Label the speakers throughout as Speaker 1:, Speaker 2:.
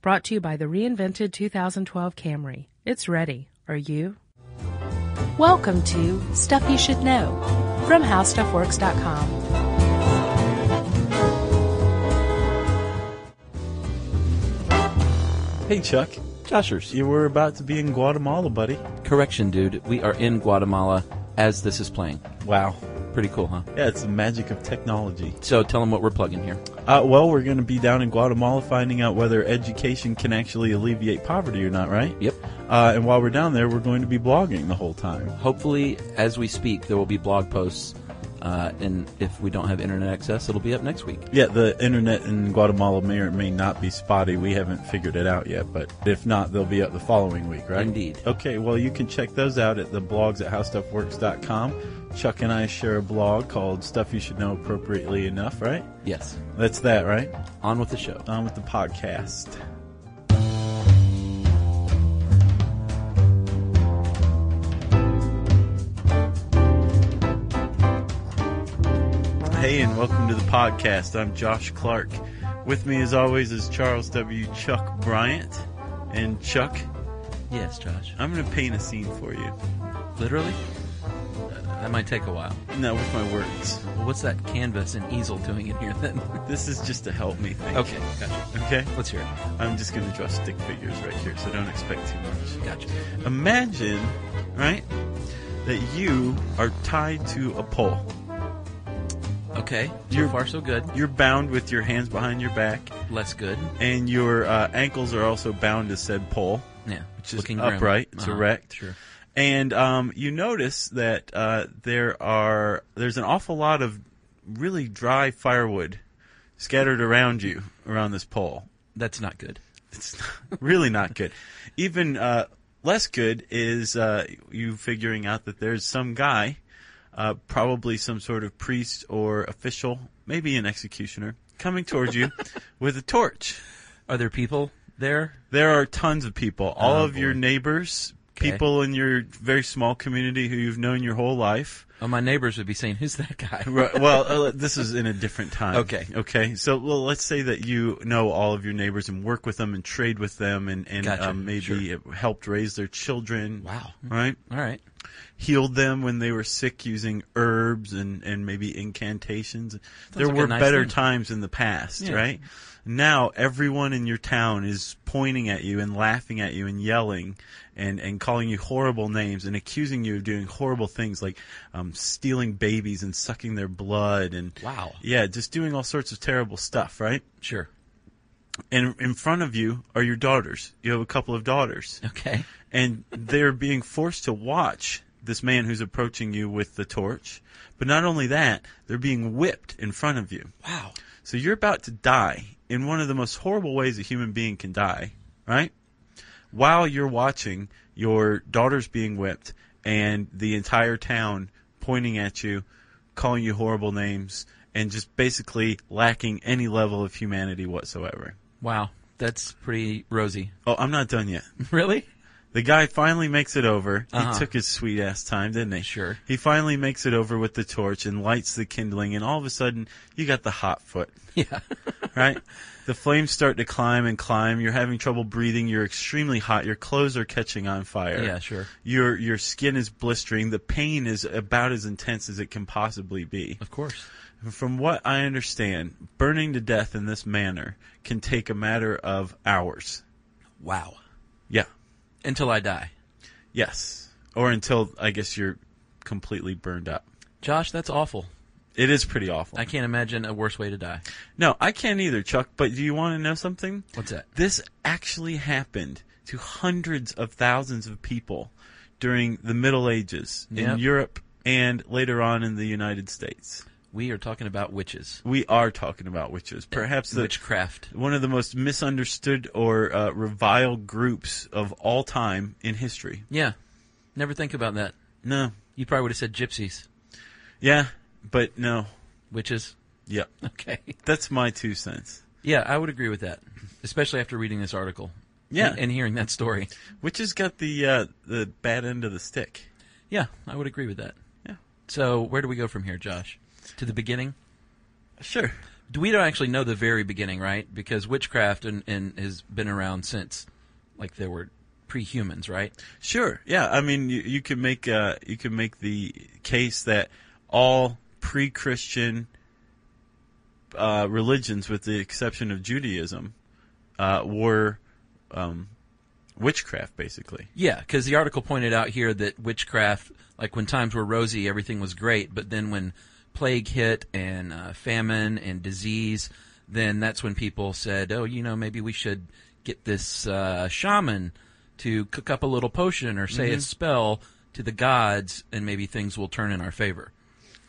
Speaker 1: Brought to you by the reinvented 2012 Camry. It's ready. Are you? Welcome to Stuff You Should Know from HowStuffWorks.com.
Speaker 2: Hey, Chuck.
Speaker 3: Joshers.
Speaker 2: You were about to be in Guatemala, buddy.
Speaker 3: Correction, dude. We are in Guatemala as this is playing.
Speaker 2: Wow.
Speaker 3: Pretty cool, huh?
Speaker 2: Yeah, it's the magic of technology.
Speaker 3: So tell them what we're plugging here.
Speaker 2: Uh, well, we're going to be down in Guatemala finding out whether education can actually alleviate poverty or not, right?
Speaker 3: Yep.
Speaker 2: Uh, and while we're down there, we're going to be blogging the whole time.
Speaker 3: Hopefully, as we speak, there will be blog posts. Uh, and if we don't have internet access, it'll be up next week.
Speaker 2: Yeah, the internet in Guatemala may or may not be spotty. We haven't figured it out yet, but if not, they'll be up the following week, right?
Speaker 3: Indeed.
Speaker 2: Okay, well, you can check those out at the blogs at howstuffworks.com. Chuck and I share a blog called Stuff You Should Know Appropriately Enough, right?
Speaker 3: Yes.
Speaker 2: That's that, right?
Speaker 3: On with the show.
Speaker 2: On with the podcast. Hey, and welcome to the podcast. I'm Josh Clark. With me, as always, is Charles W. Chuck Bryant. And Chuck,
Speaker 3: Yes, Josh.
Speaker 2: I'm going to paint a scene for you.
Speaker 3: Literally? Uh, that might take a while.
Speaker 2: No, with my words.
Speaker 3: Well, what's that canvas and easel doing in here then?
Speaker 2: This is just to help me think.
Speaker 3: okay, gotcha.
Speaker 2: Okay?
Speaker 3: Let's hear it.
Speaker 2: I'm just going to draw stick figures right here, so don't expect too much.
Speaker 3: Gotcha.
Speaker 2: Imagine, right, that you are tied to a pole.
Speaker 3: Okay. So
Speaker 2: You're-
Speaker 3: far, so good.
Speaker 2: You're bound with your hands behind your back,
Speaker 3: Less good.
Speaker 2: and your uh, ankles are also bound to said pole,
Speaker 3: Yeah.
Speaker 2: which is
Speaker 3: Looking grim.
Speaker 2: upright. It's
Speaker 3: Uh-huh.
Speaker 2: erect.
Speaker 3: Sure.
Speaker 2: And um, you notice that uh, there are there's an awful lot of really dry firewood scattered around you around this pole.
Speaker 3: That's not good.
Speaker 2: It's not, really not good. Even uh, less good is uh, you figuring out that there's some guy, uh, probably some sort of priest or official, maybe an executioner, coming towards you with a torch.
Speaker 3: Are there people there?
Speaker 2: There are tons of people. All
Speaker 3: Oh,
Speaker 2: of your
Speaker 3: boy.
Speaker 2: neighbors,
Speaker 3: Okay.
Speaker 2: people in your very small community who you've known your whole life.
Speaker 3: Oh, my neighbors would be saying, "Who's that guy?"
Speaker 2: Right, well, uh, this is in a different time.
Speaker 3: Okay.
Speaker 2: Okay. So, well, let's say that you know all of your neighbors and work with them and trade with them and, and
Speaker 3: Gotcha.
Speaker 2: um, maybe helped raise their children.
Speaker 3: Wow.
Speaker 2: Right?
Speaker 3: All right.
Speaker 2: Healed them when they were sick using herbs and, and maybe incantations. there
Speaker 3: like a
Speaker 2: were
Speaker 3: nice
Speaker 2: better
Speaker 3: thing.
Speaker 2: times in the past,
Speaker 3: Yeah.
Speaker 2: right? Now everyone in your town is pointing at you and laughing at you and yelling and, and calling you horrible names and accusing you of doing horrible things like um, stealing babies and sucking their blood and
Speaker 3: Wow.
Speaker 2: yeah, just doing all sorts of terrible stuff, right?
Speaker 3: Sure.
Speaker 2: And in front of you are your daughters. You have a couple of daughters,
Speaker 3: Okay.
Speaker 2: and they're being forced to watch this man who's approaching you with the torch. But not only that, they're being whipped in front of you.
Speaker 3: Wow.
Speaker 2: So you're about to die in one of the most horrible ways a human being can die, right? While you're watching your daughters being whipped and the entire town pointing at you, calling you horrible names, and just basically lacking any level of humanity whatsoever.
Speaker 3: Wow. That's pretty rosy.
Speaker 2: Oh, I'm not done yet.
Speaker 3: Really?
Speaker 2: The guy finally makes it over.
Speaker 3: Uh-huh.
Speaker 2: He took his sweet ass time, didn't he?
Speaker 3: Sure.
Speaker 2: He finally makes it over with the torch and lights the kindling, and all of a sudden, you got the hot foot.
Speaker 3: Yeah.
Speaker 2: right? The flames start to climb and climb. You're having trouble breathing. You're extremely hot. Your clothes are catching on fire.
Speaker 3: Yeah, sure.
Speaker 2: Your your skin is blistering. The pain is about as intense as it can possibly be.
Speaker 3: Of course.
Speaker 2: From what I understand, burning to death in this manner can take a matter of hours.
Speaker 3: Wow.
Speaker 2: Yeah.
Speaker 3: Until I die.
Speaker 2: Yes. Or until I guess you're completely burned up.
Speaker 3: Josh, that's awful.
Speaker 2: It is pretty awful.
Speaker 3: I can't imagine a worse way to die.
Speaker 2: no, I can't either, Chuck, but do you want to know something?
Speaker 3: What's that?
Speaker 2: This actually happened to hundreds of thousands of people during the Middle Ages in
Speaker 3: Yep.
Speaker 2: Europe and later on in the United States.
Speaker 3: We are talking about witches.
Speaker 2: We are talking about witches, perhaps the,
Speaker 3: Witchcraft.
Speaker 2: one of the most misunderstood or uh, reviled groups of all time in history.
Speaker 3: Yeah. Never think about that.
Speaker 2: No,
Speaker 3: You probably would have said gypsies.
Speaker 2: yeah, but no,
Speaker 3: Witches.
Speaker 2: yep.
Speaker 3: Okay.
Speaker 2: That's my two cents.
Speaker 3: Yeah, I would agree with that. Especially after reading this article.
Speaker 2: Yeah.
Speaker 3: And, and hearing that story.
Speaker 2: Witches got the uh, the bad end of the stick.
Speaker 3: Yeah, I would agree with that.
Speaker 2: Yeah,
Speaker 3: So where do we go from here, Josh? To the beginning?
Speaker 2: sure.
Speaker 3: we don't actually know the very beginning, right? Because witchcraft and, and has been around since, like there were pre-humans, right?
Speaker 2: Sure. Yeah. I mean, you, you can make uh, you can make the case that all pre-Christian uh, religions, with the exception of Judaism, uh, were um, witchcraft, basically.
Speaker 3: Yeah, because the article pointed out here that witchcraft, like when times were rosy, everything was great, but then when plague hit and uh, famine and disease, then that's when people said, "Oh, you know, maybe we should get this uh, shaman to cook up a little potion or say a spell to the gods, and maybe things will turn in our favor."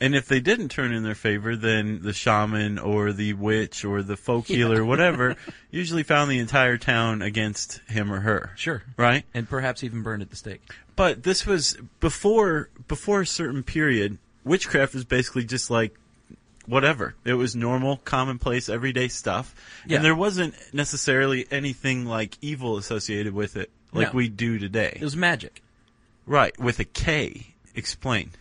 Speaker 2: And if they didn't turn in their favor, then the shaman or the witch or the folk healer, whatever, usually found the entire town against him or her.
Speaker 3: Sure.
Speaker 2: Right?
Speaker 3: And perhaps even burned at the stake.
Speaker 2: But this was before before a certain period. Witchcraft was basically just like whatever. It was normal, commonplace, everyday stuff,
Speaker 3: Yeah.
Speaker 2: and there wasn't necessarily anything like evil associated with it, like
Speaker 3: No.
Speaker 2: we do today.
Speaker 3: It was magic.
Speaker 2: right with a K. Explain.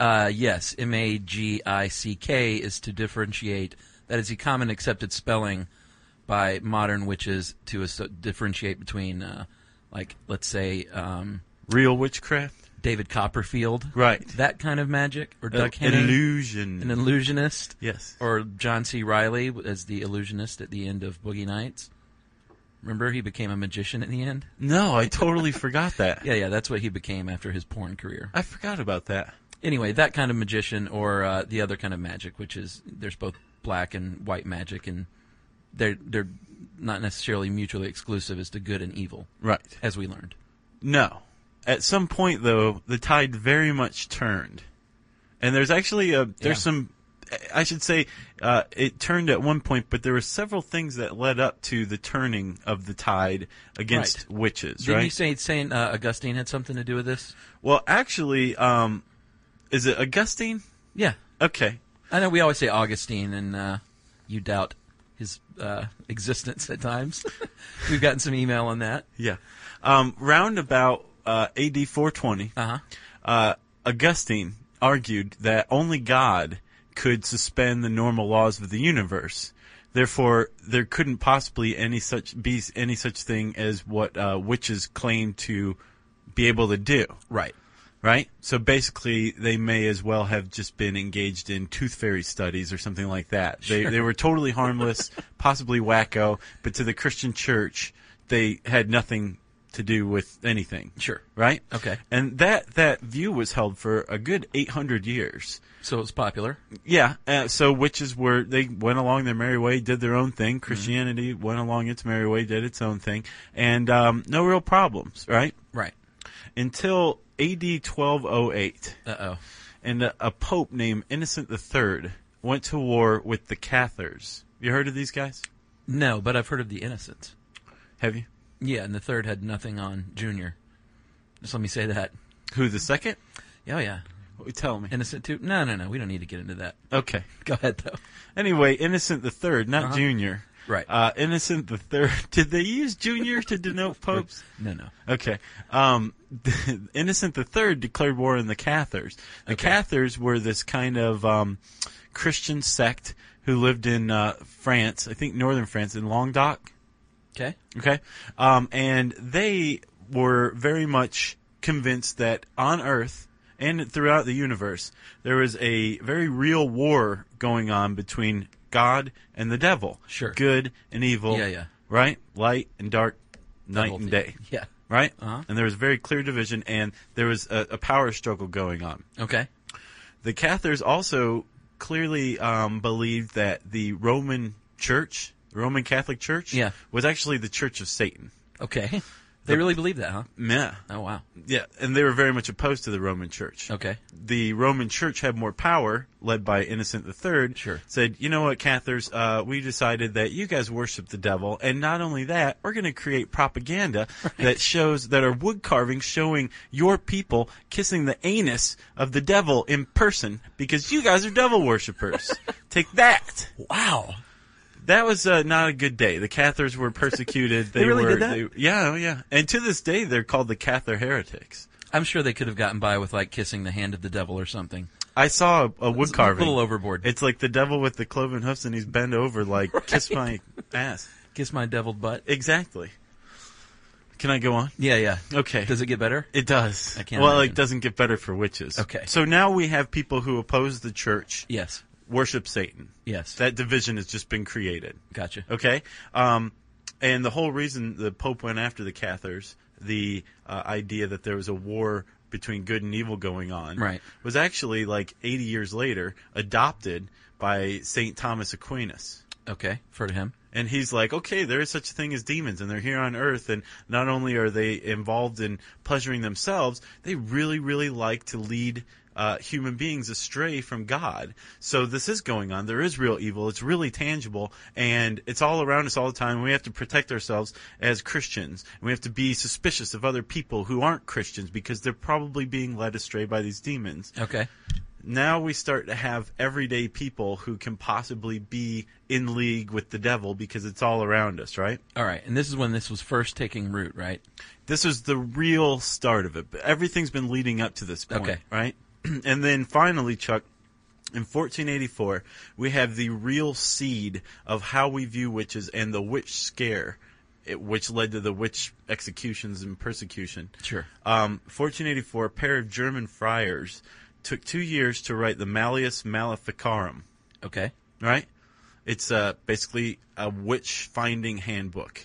Speaker 3: Uh, yes, M A G I C K is to differentiate. That is the common accepted spelling by modern witches to as- differentiate between, uh, like, let's say, um,
Speaker 2: Real witchcraft.
Speaker 3: David Copperfield,
Speaker 2: Right.
Speaker 3: That kind of magic, or Doug Henning,
Speaker 2: illusion.
Speaker 3: an illusionist,
Speaker 2: yes.
Speaker 3: or John C. Riley as the illusionist at the end of Boogie Nights. Remember, he became a magician at the end.
Speaker 2: no, I totally forgot that.
Speaker 3: Yeah, yeah, that's what he became after his porn career.
Speaker 2: I forgot about that.
Speaker 3: anyway, that kind of magician or uh, the other kind of magic, which is there's both black and white magic, and they're they're not necessarily mutually exclusive as to good and evil,
Speaker 2: Right.
Speaker 3: as we learned.
Speaker 2: No. At some point, though, the tide very much turned, and there's actually a there's
Speaker 3: Yeah.
Speaker 2: some. I should say uh, it turned at one point, but there were several things that led up to the turning of the tide against witches.
Speaker 3: Didn't
Speaker 2: right?
Speaker 3: you say Saint uh, Augustine had something to do with this?
Speaker 2: well, actually, um, is it Augustine?
Speaker 3: Yeah,
Speaker 2: Okay,
Speaker 3: I know we always say Augustine, and uh, you doubt his uh, existence at times. We've gotten some email on that.
Speaker 2: yeah. Um, round about uh, AD 420,
Speaker 3: Uh huh.
Speaker 2: uh, Augustine argued that only God could suspend the normal laws of the universe. Therefore, there couldn't possibly any such be any such thing as what uh, witches claim to be able to do,
Speaker 3: Right.
Speaker 2: right? So basically, they may as well have just been engaged in tooth fairy studies or something like that. They they were totally harmless, possibly wacko, but to the Christian church, they had nothing to do with anything
Speaker 3: Sure.
Speaker 2: right?
Speaker 3: Okay.
Speaker 2: And that that view was held for a good 800 years.
Speaker 3: So it's popular.
Speaker 2: Yeah. Uh, so witches were they went along their merry way, did their own thing. Christianity went along its merry way, did its own thing, and um, no real problems, right?
Speaker 3: Right.
Speaker 2: Until AD 1208,
Speaker 3: Uh oh.
Speaker 2: and a, a pope named Innocent III went to war with the Cathars. You heard of these guys?
Speaker 3: No, but I've heard of the Innocents.
Speaker 2: Have you?
Speaker 3: Yeah, and the third had nothing on Junior. Just let me say that.
Speaker 2: Who the second?
Speaker 3: Oh yeah,
Speaker 2: Tell me.
Speaker 3: Innocent too. No, no, no. We don't need to get into that.
Speaker 2: Okay.
Speaker 3: Go ahead though.
Speaker 2: Anyway, Innocent the Third, not
Speaker 3: Uh-huh.
Speaker 2: Junior.
Speaker 3: Right.
Speaker 2: Uh, Innocent the Third. Did they use Junior to denote popes?
Speaker 3: No, no.
Speaker 2: Okay. Um, Innocent the Third declared war on the Cathars. The
Speaker 3: Okay.
Speaker 2: Cathars were this kind of um, Christian sect who lived in uh, France, I think northern France, in Languedoc.
Speaker 3: Okay.
Speaker 2: Okay. Um, and they were very much convinced that on Earth and throughout the universe, there was a very real war going on between God and the devil.
Speaker 3: Sure.
Speaker 2: Good and evil.
Speaker 3: Yeah, yeah.
Speaker 2: Right? Light and dark, night
Speaker 3: whole
Speaker 2: and
Speaker 3: thing.
Speaker 2: day.
Speaker 3: Yeah.
Speaker 2: Right?
Speaker 3: Uh-huh.
Speaker 2: And there was very clear division, and there was a, a power struggle going on.
Speaker 3: Okay.
Speaker 2: The Cathars also clearly um, believed that the Roman Church, the Roman Catholic Church,
Speaker 3: Yeah.
Speaker 2: was actually the Church of Satan.
Speaker 3: Okay. They really believe that, huh?
Speaker 2: Yeah,
Speaker 3: Oh wow.
Speaker 2: yeah, and they were very much opposed to the Roman Church.
Speaker 3: Okay.
Speaker 2: The Roman Church had more power, led by Innocent III.
Speaker 3: Sure.
Speaker 2: said, you know what, Cathars, uh, we decided that you guys worship the devil, and not only that, we're going to create propaganda that shows that are wood carvings showing your people kissing the anus of the devil in person because you guys are devil worshippers. Take that.
Speaker 3: Wow.
Speaker 2: That was uh, not a good day. The Cathars were persecuted. They,
Speaker 3: really
Speaker 2: were,
Speaker 3: did that?
Speaker 2: they- yeah, oh, yeah. And to this day, they're called the Cathar heretics.
Speaker 3: I'm sure they could have gotten by with like kissing the hand of the devil or something.
Speaker 2: I saw a, a wood
Speaker 3: It's
Speaker 2: carving.
Speaker 3: A little overboard.
Speaker 2: It's like the devil with the cloven hoofs, and he's bent over like kiss my ass.
Speaker 3: Kiss my deviled butt.
Speaker 2: Exactly. Can I go on?
Speaker 3: Yeah, yeah.
Speaker 2: Okay.
Speaker 3: Does it get better?
Speaker 2: It does.
Speaker 3: I can't
Speaker 2: well,
Speaker 3: imagine.
Speaker 2: it doesn't get better for witches.
Speaker 3: Okay.
Speaker 2: So now we have people who oppose the church
Speaker 3: Yes.
Speaker 2: worship Satan.
Speaker 3: Yes.
Speaker 2: That division has just been created.
Speaker 3: gotcha.
Speaker 2: Okay. Um, and the whole reason the Pope went after the Cathars, the uh, idea that there was a war between good and evil going on,
Speaker 3: Right.
Speaker 2: was actually like 80 years later adopted by St. Thomas Aquinas.
Speaker 3: Okay. For him.
Speaker 2: And he's like, okay, there is such a thing as demons, and they're here on Earth, and not only are they involved in pleasuring themselves, they really, really like to lead uh, human beings astray from God. So this is going on. There is real evil. It's really tangible, and it's all around us all the time. We have to protect ourselves as Christians, and we have to be suspicious of other people who aren't Christians because they're probably being led astray by these demons
Speaker 3: Okay.
Speaker 2: now we start to have everyday people who can possibly be in league with the devil because it's all around us, right?
Speaker 3: All right. And this is when this was first taking root, right?
Speaker 2: This is the real start of it. But everything's been leading up to this point,
Speaker 3: Okay.
Speaker 2: right? and then finally, Chuck, in 1484, we have the real seed of how we view witches and the witch scare, it- which led to the witch executions and persecution.
Speaker 3: Sure.
Speaker 2: Um, 1484, a pair of German friars took two years to write the Malleus Maleficarum,
Speaker 3: Okay.
Speaker 2: right? It's uh, basically a witch finding handbook.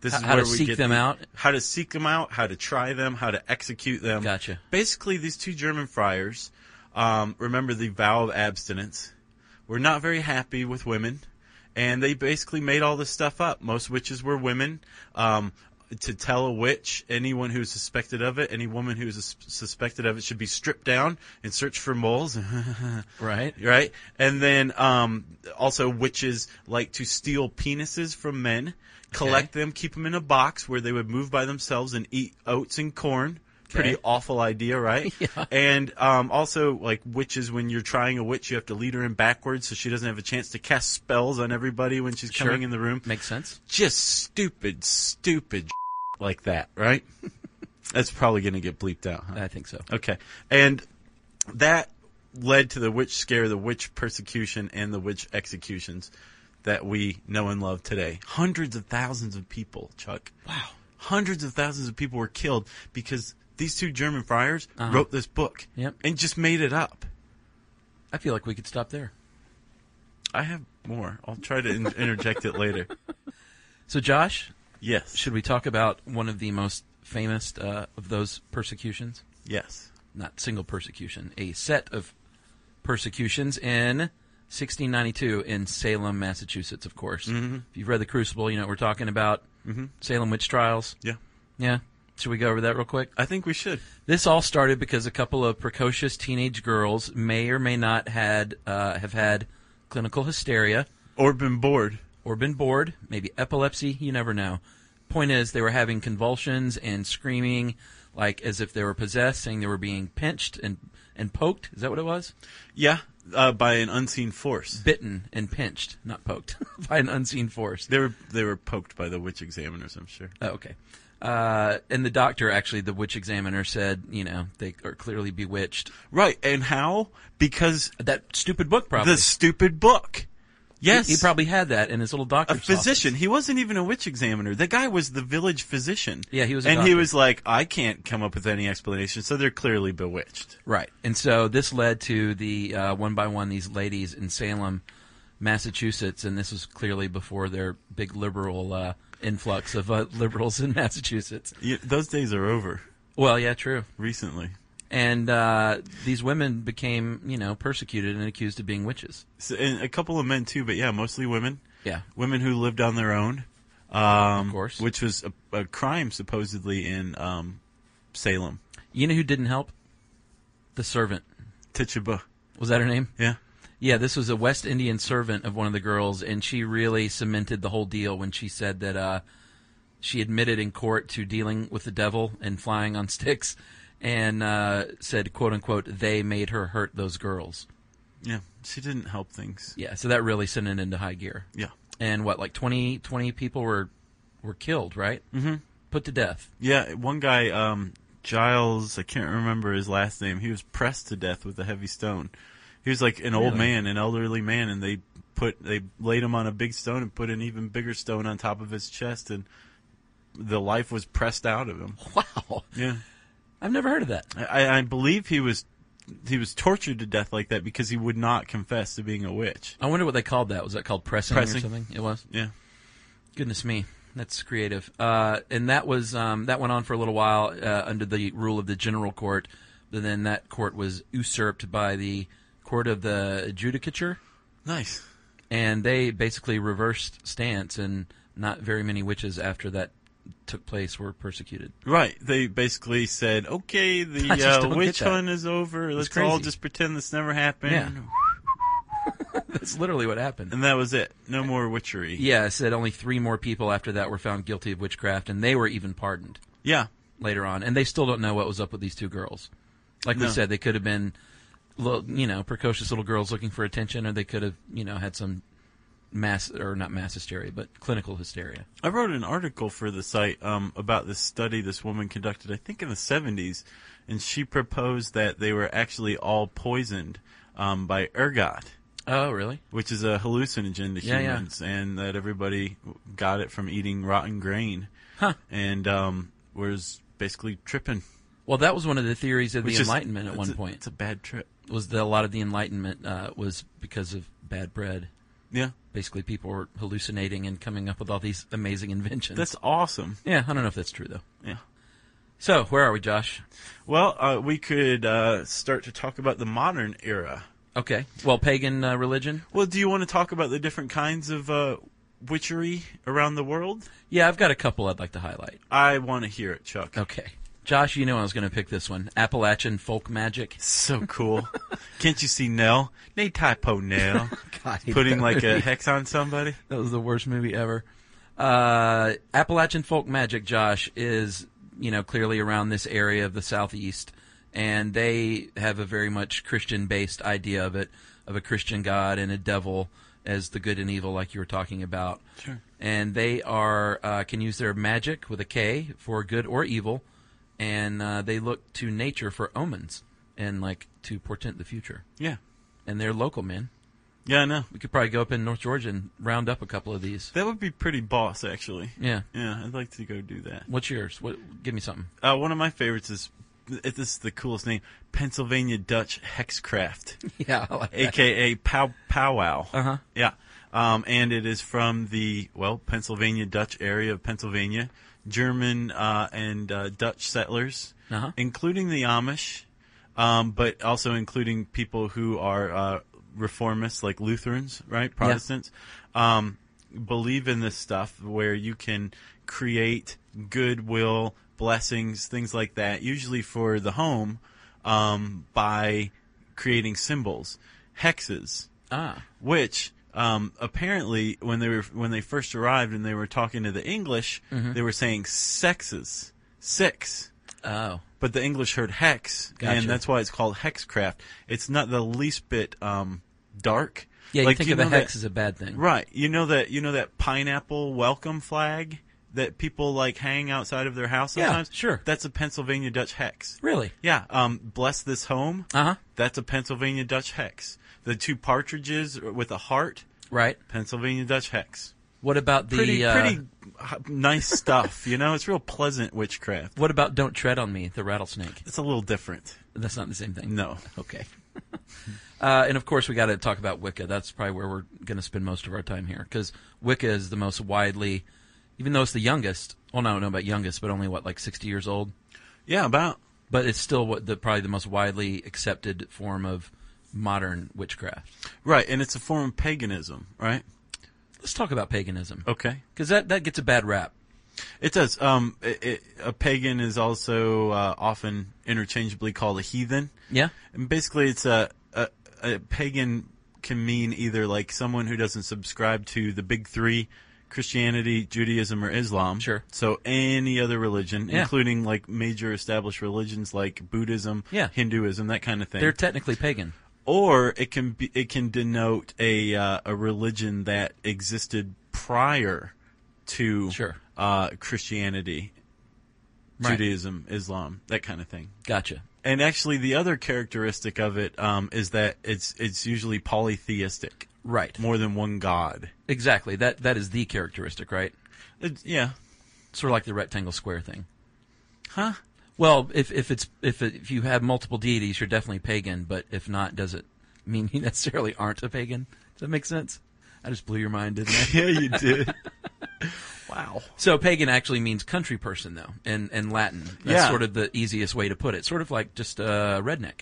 Speaker 2: This
Speaker 3: How- how to seek them
Speaker 2: the-
Speaker 3: out?
Speaker 2: How to seek them out, how to try them, how to execute them.
Speaker 3: Gotcha.
Speaker 2: Basically, these two German friars um, remember the vow of abstinence. Were not very happy with women, and they basically made all this stuff up. Most witches were women. Um, to tell a witch, anyone who is suspected of it, any woman who is sus- suspected of it, should be stripped down and searched for moles.
Speaker 3: Right.
Speaker 2: right? And then um, also witches like to steal penises from men, collect them, keep them in a box where they would move by themselves and eat oats and corn. Pretty
Speaker 3: Okay.
Speaker 2: awful idea, right?
Speaker 3: Yeah.
Speaker 2: And um, also, like witches, when you're trying a witch, you have to lead her in backwards so she doesn't have a chance to cast spells on everybody when she's
Speaker 3: Sure.
Speaker 2: coming in the room.
Speaker 3: Makes sense.
Speaker 2: Just stupid, stupid like that, right? That's probably going to get bleeped out, huh?
Speaker 3: I think so.
Speaker 2: Okay. And that led to the witch scare, the witch persecution, and the witch executions that we know and love today. Hundreds of thousands of people, Chuck.
Speaker 3: Wow.
Speaker 2: Hundreds of thousands of people were killed because these two German friars wrote this book
Speaker 3: Uh-huh. Yep.
Speaker 2: and just made it up.
Speaker 3: I feel like we could stop there.
Speaker 2: I have more. I'll try to in- interject it later.
Speaker 3: So, Josh,
Speaker 2: Yes.
Speaker 3: should we talk about one of the most famous uh, of those persecutions?
Speaker 2: yes.
Speaker 3: Not single persecution, a set of persecutions in 1692 in Salem, Massachusetts, of course. If you've read The Crucible, you know what we're talking about Salem witch trials.
Speaker 2: Yeah.
Speaker 3: Yeah. Should we go over that real quick?
Speaker 2: I think we should.
Speaker 3: This all started because a couple of precocious teenage girls may or may not had uh, have had clinical hysteria
Speaker 2: Or been bored.
Speaker 3: or been bored, maybe epilepsy, you never know. Point is, they were having convulsions and screaming, like as if they were possessed, saying they were being pinched and, and poked. Is that what it was?
Speaker 2: Yeah. Uh, by an unseen force.
Speaker 3: Bitten and pinched, not poked, by an unseen force.
Speaker 2: They were they were poked by the witch examiners, I'm sure.
Speaker 3: Oh, okay. Uh, and the doctor, actually, the witch examiner said, you know, they are clearly bewitched.
Speaker 2: Right, and how? Because
Speaker 3: That stupid book, probably.
Speaker 2: the stupid book. Yes,
Speaker 3: He, he probably had that in his little
Speaker 2: a
Speaker 3: doctor's
Speaker 2: physician.
Speaker 3: office.
Speaker 2: He wasn't even a witch examiner. The guy was the village physician.
Speaker 3: Yeah, he was a
Speaker 2: and he
Speaker 3: doctor.
Speaker 2: was like, I can't come up with any explanation, so they're clearly bewitched.
Speaker 3: Right. And so this led to the uh, one by one these ladies in Salem, Massachusetts, and this was clearly before their big liberal uh, influx of uh, liberals in Massachusetts.
Speaker 2: You, those days are over.
Speaker 3: Well, yeah, true.
Speaker 2: Recently,
Speaker 3: And uh, these women became, you know, persecuted and accused of being witches.
Speaker 2: so, and a couple of men too, but yeah, mostly women.
Speaker 3: Yeah.
Speaker 2: women who lived on their own. Um,
Speaker 3: Of course.
Speaker 2: which was a, a crime supposedly in um, Salem.
Speaker 3: You know who didn't help? The servant.
Speaker 2: Tituba.
Speaker 3: Was that her name?
Speaker 2: Yeah.
Speaker 3: Yeah, this was a West Indian servant of one of the girls, and she really cemented the whole deal when she said that uh, she admitted in court to dealing with the devil and flying on sticks, and uh, said, "quote unquote," they made her hurt those girls.
Speaker 2: Yeah. She didn't help things.
Speaker 3: Yeah, so that really sent it into high gear.
Speaker 2: Yeah.
Speaker 3: And what, like 20, 20 people were were killed, right? Mm-hmm. Put to death.
Speaker 2: Yeah, one guy um, Giles, I can't remember his last name. He was pressed to death with a heavy stone. He was like an old
Speaker 3: Really?
Speaker 2: man, an elderly man, and they put they laid him on a big stone and put an even bigger stone on top of his chest, and the life was pressed out of him.
Speaker 3: Wow.
Speaker 2: Yeah,
Speaker 3: I've never heard of that.
Speaker 2: I, I believe he was he was tortured to death like that because he would not confess to being a witch.
Speaker 3: I wonder what they called that. Was that called pressing,
Speaker 2: Pressing.
Speaker 3: or something? It was.
Speaker 2: Yeah,
Speaker 3: Goodness me, that's creative. Uh, and that was um, that went on for a little while uh, under the rule of the general court. But then that court was usurped by the court of the judicature,
Speaker 2: nice.
Speaker 3: and they basically reversed stance. And not very many witches after that took place were persecuted.
Speaker 2: Right. They basically said, okay, the
Speaker 3: I just
Speaker 2: uh,
Speaker 3: don't get
Speaker 2: witch
Speaker 3: that.
Speaker 2: hunt is over. Let's
Speaker 3: crazy.
Speaker 2: all just pretend this never happened.
Speaker 3: Yeah. That's literally what happened.
Speaker 2: And that was it. No more witchery.
Speaker 3: Yes, that only three more people after that were found guilty of witchcraft, and they were even pardoned.
Speaker 2: Yeah.
Speaker 3: later on, and they still don't know what was up with these two girls. Like
Speaker 2: No.
Speaker 3: we said, they could have been, lo- you know, precocious little girls looking for attention, or they could have, you know, had some mass or not mass hysteria, but clinical hysteria.
Speaker 2: I wrote an article for the site um, about this study this woman conducted, I think in the 70s, and she proposed that they were actually all poisoned um, by ergot,
Speaker 3: Oh, really?
Speaker 2: which is a hallucinogen to
Speaker 3: Yeah, yeah.
Speaker 2: humans, and that everybody got it from eating rotten grain
Speaker 3: Huh.
Speaker 2: and um, was basically tripping.
Speaker 3: Well, that was one of the theories of
Speaker 2: which
Speaker 3: the
Speaker 2: is-
Speaker 3: Enlightenment at
Speaker 2: it's
Speaker 3: one
Speaker 2: a-
Speaker 3: point.
Speaker 2: It's a bad trip.
Speaker 3: Was that a lot of the Enlightenment uh, was because of bad bread?
Speaker 2: Yeah.
Speaker 3: Basically, people were hallucinating and coming up with all these amazing inventions.
Speaker 2: That's awesome.
Speaker 3: yeah, I don't know if that's true though.
Speaker 2: Yeah.
Speaker 3: So, where are we, Josh?
Speaker 2: Well, uh, we could uh, start to talk about the modern era.
Speaker 3: Okay. Well, pagan uh, religion.
Speaker 2: Well, do you want to talk about the different kinds of uh, witchery around the world?
Speaker 3: Yeah, I've got a couple I'd like to highlight.
Speaker 2: I want to hear it, Chuck.
Speaker 3: Okay. Josh, you know I was going to pick this one. Appalachian folk magic.
Speaker 2: So cool. Can't you see Nell? Nay typo Nell.
Speaker 3: God,
Speaker 2: Putting like a hex on somebody?
Speaker 3: that was the worst movie ever. Uh, Appalachian folk magic, Josh, is you know clearly around this area of the southeast, and they have a very much Christian-based idea of it, of a Christian God and a devil as the good and evil, like you were talking about.
Speaker 2: Sure.
Speaker 3: And they are uh, can use their magic with a K for good or evil, and uh, they look to nature for omens and like to portent the future.
Speaker 2: Yeah.
Speaker 3: And they're local, man.
Speaker 2: Yeah, I know.
Speaker 3: We could probably go up in North Georgia and round up a couple of these.
Speaker 2: That would be pretty boss, actually.
Speaker 3: Yeah.
Speaker 2: Yeah, I'd like to go do that.
Speaker 3: What's yours? What? Give me something.
Speaker 2: Uh, one of my favorites is, this is the coolest name, Pennsylvania Dutch Hexcraft.
Speaker 3: Yeah, I like that.
Speaker 2: aka Pow Powwow.
Speaker 3: Uh-huh.
Speaker 2: Yeah. Um, and it is from the well Pennsylvania Dutch area of Pennsylvania, German uh, and uh, Dutch settlers,
Speaker 3: Uh-huh.
Speaker 2: including the Amish, um, but also including people who are uh, reformists like Lutherans, right? Protestants um, believe in this stuff where you can create goodwill, blessings, things like that, usually for the home, um, by creating symbols, hexes,
Speaker 3: Ah,
Speaker 2: which um, apparently when they were when they first arrived and they were talking to the English, they were saying sexes, six.
Speaker 3: oh,
Speaker 2: But the English heard hex,
Speaker 3: Gotcha.
Speaker 2: and that's why it's called hexcraft. It's not the least bit um, dark.
Speaker 3: yeah.
Speaker 2: Like,
Speaker 3: you think
Speaker 2: you
Speaker 3: of a
Speaker 2: know that-
Speaker 3: hex as a bad thing,
Speaker 2: Right. You know that you know that pineapple welcome flag that people like hang outside of their house
Speaker 3: Yeah,
Speaker 2: sometimes?
Speaker 3: sure.
Speaker 2: That's a Pennsylvania Dutch hex.
Speaker 3: really?
Speaker 2: Yeah. Um bless this home.
Speaker 3: Uh huh.
Speaker 2: That's a Pennsylvania Dutch hex. The two partridges with a heart,
Speaker 3: Right.
Speaker 2: Pennsylvania Dutch hex.
Speaker 3: What about the?
Speaker 2: Pretty
Speaker 3: uh,
Speaker 2: pretty h- nice stuff, you know? It's real pleasant witchcraft.
Speaker 3: What about "Don't Tread on Me"? The rattlesnake.
Speaker 2: It's a little different.
Speaker 3: That's not the same thing.
Speaker 2: No.
Speaker 3: Okay. uh, and of course, we got to talk about Wicca. That's probably where we're going to spend most of our time here because Wicca is the most widely, even though it's the youngest. Well, no, I don't know about youngest, but only what like sixty years old.
Speaker 2: Yeah, about
Speaker 3: But it's still what the probably the most widely accepted form of modern witchcraft.
Speaker 2: right, and it's a form of paganism, right?
Speaker 3: Let's talk about paganism
Speaker 2: Okay.
Speaker 3: because that that gets a bad rap.
Speaker 2: It does. Um, it, it, a pagan is also uh, often interchangeably called a heathen,
Speaker 3: Yeah.
Speaker 2: and basically, it's a, a a pagan can mean either like someone who doesn't subscribe to the big three: Christianity, Judaism, or Islam.
Speaker 3: Sure.
Speaker 2: So any other religion,
Speaker 3: Yeah.
Speaker 2: including like major established religions like Buddhism,
Speaker 3: Yeah.
Speaker 2: Hinduism, that kind of thing.
Speaker 3: They're technically pagan.
Speaker 2: or it can be it can denote a uh, a religion that existed prior to
Speaker 3: Sure.
Speaker 2: uh, Christianity
Speaker 3: Right.
Speaker 2: Judaism, Islam, that kind of thing.
Speaker 3: Gotcha.
Speaker 2: And actually, the other characteristic of it um, is that it's it's usually polytheistic,
Speaker 3: Right.
Speaker 2: more than one god.
Speaker 3: Exactly. That that is the characteristic, right?
Speaker 2: It- yeah,
Speaker 3: Sort of like the rectangle square thing.
Speaker 2: huh?
Speaker 3: Well, if if it's if it, if you have multiple deities, you're definitely pagan. But if not, does it mean you necessarily aren't a pagan? Does that make sense? I just blew your mind, didn't I?
Speaker 2: Yeah, you did. wow.
Speaker 3: So pagan actually means country person, though, in in Latin. That's
Speaker 2: Yeah.
Speaker 3: sort of the easiest way to put it. Sort of like just uh, redneck,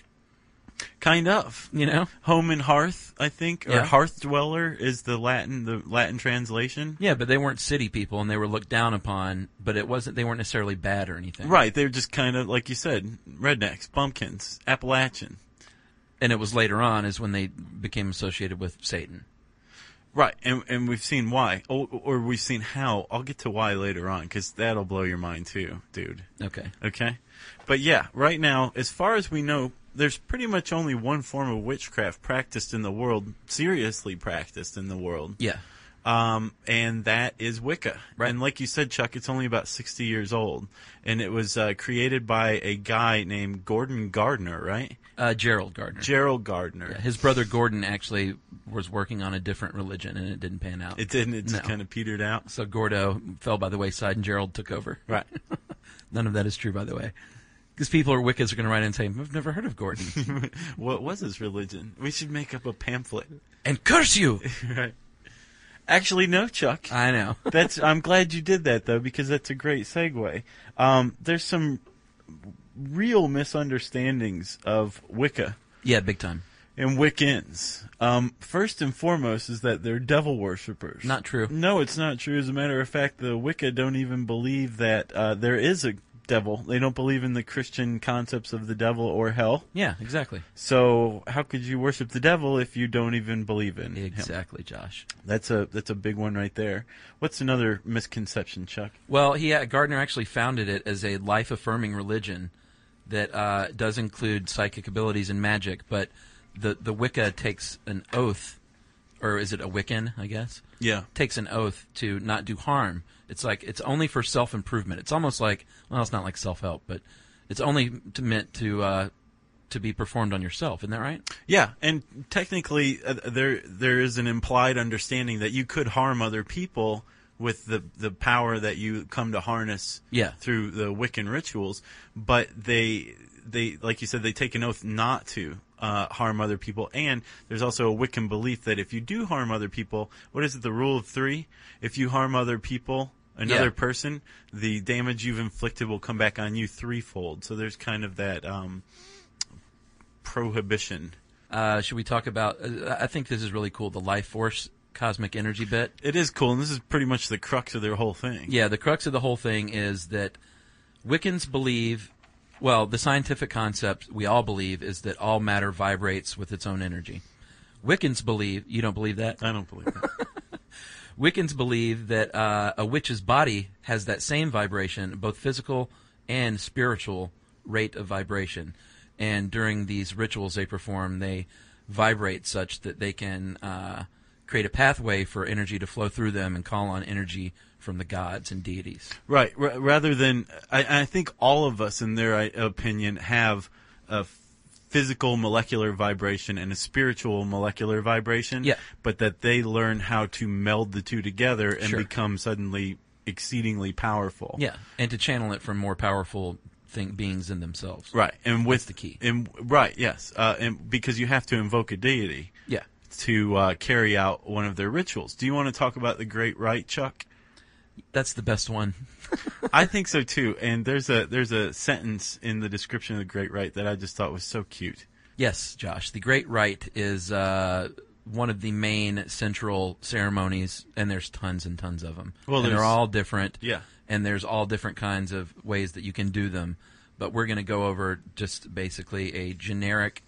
Speaker 2: Kind of.
Speaker 3: you know?
Speaker 2: Home and hearth, I think, or
Speaker 3: Yeah.
Speaker 2: hearth dweller is the Latin the Latin translation.
Speaker 3: Yeah, but they weren't city people, and they were looked down upon. But it wasn't they weren't necessarily bad or anything,
Speaker 2: Right, they're just kind of like you said, rednecks, bumpkins, Appalachian.
Speaker 3: And it was later on is when they became associated with Satan.
Speaker 2: Right, and and we've seen why, or, or we've seen how. I'll get to why later on because that'll blow your mind too, dude.
Speaker 3: Okay,
Speaker 2: Okay, but yeah, right now, as far as we know, there's pretty much only one form of witchcraft practiced in the world, seriously practiced in the world,
Speaker 3: yeah,
Speaker 2: um, and that is Wicca.
Speaker 3: Right.
Speaker 2: And like you said, Chuck, it's only about 60 years old, and it was uh, created by a guy named Gordon Gardner, right?
Speaker 3: uh, Gerald Gardner.
Speaker 2: Gerald Gardner.
Speaker 3: His brother Gordon actually was working on a different religion and it didn't pan out.
Speaker 2: It didn't. It just
Speaker 3: No.
Speaker 2: kind of petered out.
Speaker 3: so Gordo fell by the wayside and Gerald took over.
Speaker 2: Right.
Speaker 3: None of that is true, by the way. Because people or Wiccas are going to write in and say, I've never heard of Gordon.
Speaker 2: what was his religion? We should make up a pamphlet.
Speaker 3: and curse you!
Speaker 2: right. Actually, no, Chuck.
Speaker 3: I know.
Speaker 2: That's. I'm glad you did that though, because that's a great segue. Um, there's some real misunderstandings of Wicca
Speaker 3: yeah, big time.
Speaker 2: and Wiccans. Um, first and foremost is that they're devil worshippers.
Speaker 3: Not true.
Speaker 2: No, it's not true. As a matter of fact, the Wicca don't even believe that uh, there is a devil. They don't believe in the Christian concepts of the devil or hell.
Speaker 3: Yeah, exactly.
Speaker 2: So how could you worship the devil if you don't even believe in him?
Speaker 3: Exactly, Josh.
Speaker 2: That's a that's a big one right there. What's another misconception, Chuck?
Speaker 3: Well, he uh, Gardner actually founded it as a life affirming religion that uh, does include psychic abilities and magic, but the, the Wicca takes an oath, or is it a Wiccan, I guess?
Speaker 2: Yeah.
Speaker 3: takes an oath to not do harm. It's like it's only for self improvement. It's almost like well, it's not like self help, but it's only to, meant to uh, to be performed on yourself. Isn't that right?
Speaker 2: Yeah, and technically uh, there there is an implied understanding that you could harm other people with the the power that you come to harness
Speaker 3: Yeah.
Speaker 2: through the Wiccan rituals, but they they like you said they take an oath not to uh, harm other people, and there's also a Wiccan belief that if you do harm other people, what is it? The rule of three: if you harm other people, another
Speaker 3: Yeah.
Speaker 2: person, the damage you've inflicted will come back on you threefold. So there's kind of that um, prohibition.
Speaker 3: Uh, should we talk about? Uh, I think this is really cool. The life force cosmic energy bit.
Speaker 2: It is cool, and this is pretty much the crux of their whole thing.
Speaker 3: Yeah, the crux of the whole thing is that Wiccans believe. Well, the scientific concept we all believe is that all matter vibrates with its own energy. Wiccans believe you don't believe that.
Speaker 2: I don't believe that.
Speaker 3: Wiccans believe that uh, a witch's body has that same vibration, both physical and spiritual rate of vibration. And during these rituals they perform, they vibrate such that they can uh, create a pathway for energy to flow through them and call on energy from the gods and deities.
Speaker 2: right. R- rather than, I, I think all of us, in their I- opinion, have a f- physical molecular vibration and a spiritual molecular vibration.
Speaker 3: Yeah.
Speaker 2: But that they learn how to meld the two together and
Speaker 3: Sure.
Speaker 2: become suddenly exceedingly powerful.
Speaker 3: Yeah, and to channel it from more powerful thing, beings in themselves.
Speaker 2: Right. And with
Speaker 3: the key.
Speaker 2: And right. Yes. Uh, and because you have to invoke a deity
Speaker 3: Yeah.
Speaker 2: to uh, carry out one of their rituals. Do you want to talk about the Great Rite, Chuck?
Speaker 3: That's the best one.
Speaker 2: I think so too. And there's a there's a sentence in the description of the Great Right that I just thought was so cute.
Speaker 3: Yes, Josh. The Great Rite is uh, one of the main central ceremonies, and there's tons and tons of them.
Speaker 2: Well,
Speaker 3: and they're
Speaker 2: there's-
Speaker 3: all different.
Speaker 2: Yeah.
Speaker 3: And there's all different kinds of ways that you can do them. But we're going to go over just basically a generic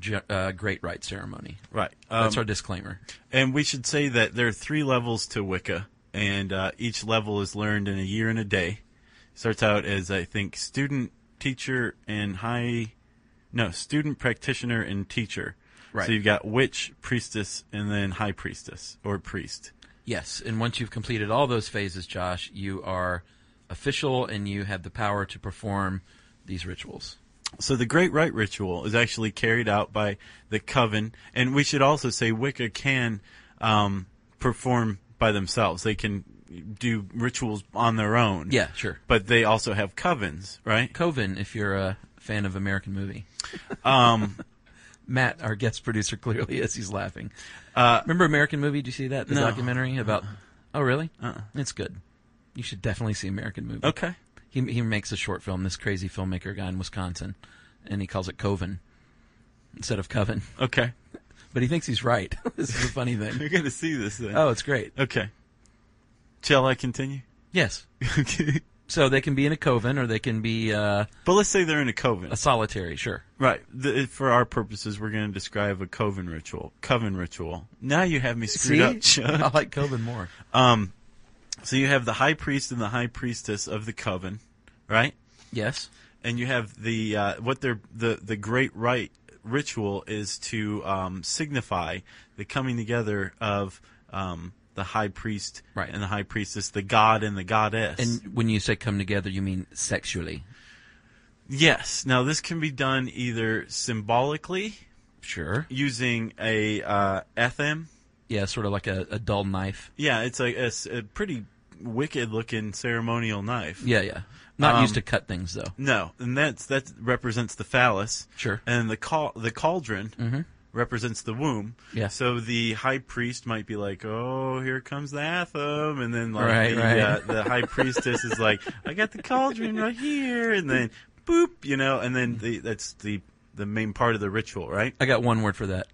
Speaker 3: ge- uh, Great Rite ceremony.
Speaker 2: Right.
Speaker 3: That's
Speaker 2: Um,
Speaker 3: our disclaimer.
Speaker 2: and we should say that there are three levels to Wicca, and uh, each level is learned in a year and a day. Starts out as I think student, teacher, and high, no student practitioner and teacher.
Speaker 3: Right.
Speaker 2: So you've got witch, priestess, and then high priestess or priest.
Speaker 3: Yes, and once you've completed all those phases, Josh, you are official and you have the power to perform these rituals.
Speaker 2: So the Great Rite ritual is actually carried out by the coven, and we should also say Wicca can um, perform by themselves. They can do rituals on their own.
Speaker 3: Yeah, sure.
Speaker 2: But they also have covens, right?
Speaker 3: Coven, if you're a fan of American movie.
Speaker 2: Um,
Speaker 3: Matt, our guest producer, clearly is. He's laughing. Uh, Remember American movie? Did you see that? The
Speaker 2: No.
Speaker 3: documentary about. Oh, really?
Speaker 2: Uh-uh.
Speaker 3: It's good. You should definitely see American movie.
Speaker 2: okay.
Speaker 3: He, he makes a short film, this crazy filmmaker guy in Wisconsin, and he calls it Coven instead of Coven.
Speaker 2: Okay.
Speaker 3: But he thinks he's right. this is the funny thing.
Speaker 2: You're going to see this then.
Speaker 3: Oh, it's great.
Speaker 2: Okay. Shall I continue?
Speaker 3: Yes.
Speaker 2: okay.
Speaker 3: So they can be in a coven or they can be uh,
Speaker 2: But let's say they're in a coven.
Speaker 3: a solitary, sure.
Speaker 2: Right. The, for our purposes, we're going to describe a coven ritual. Coven ritual. Now you have me screwed up, Chuck.
Speaker 3: I like coven more.
Speaker 2: Um, so you have the high priest and the high priestess of the coven, right?
Speaker 3: Yes.
Speaker 2: And you have the uh, what their the the great rite ritual is to um, signify the coming together of um, the high priest
Speaker 3: Right.
Speaker 2: and the high priestess, the god and the goddess.
Speaker 3: And when you say come together, you mean sexually.
Speaker 2: yes. Now this can be done either symbolically
Speaker 3: Sure.
Speaker 2: using a uh, ethem.
Speaker 3: Yeah, sort of like a, a dull knife.
Speaker 2: Yeah, it's a, it's a pretty wicked looking ceremonial knife.
Speaker 3: Yeah, yeah. Not
Speaker 2: Um,
Speaker 3: used to cut things though.
Speaker 2: No, and that's that represents the phallus.
Speaker 3: Sure. Mm-hmm.
Speaker 2: And the cal- the cauldron represents the womb.
Speaker 3: Yeah.
Speaker 2: So the high priest might be like, "Oh, here comes the atham," and then like
Speaker 3: Right,
Speaker 2: the,
Speaker 3: right.
Speaker 2: Uh, the high priestess is like, "I got the cauldron right here," and then boop, you know, and then the, that's the the main part of the ritual, right?
Speaker 3: I got one word for that.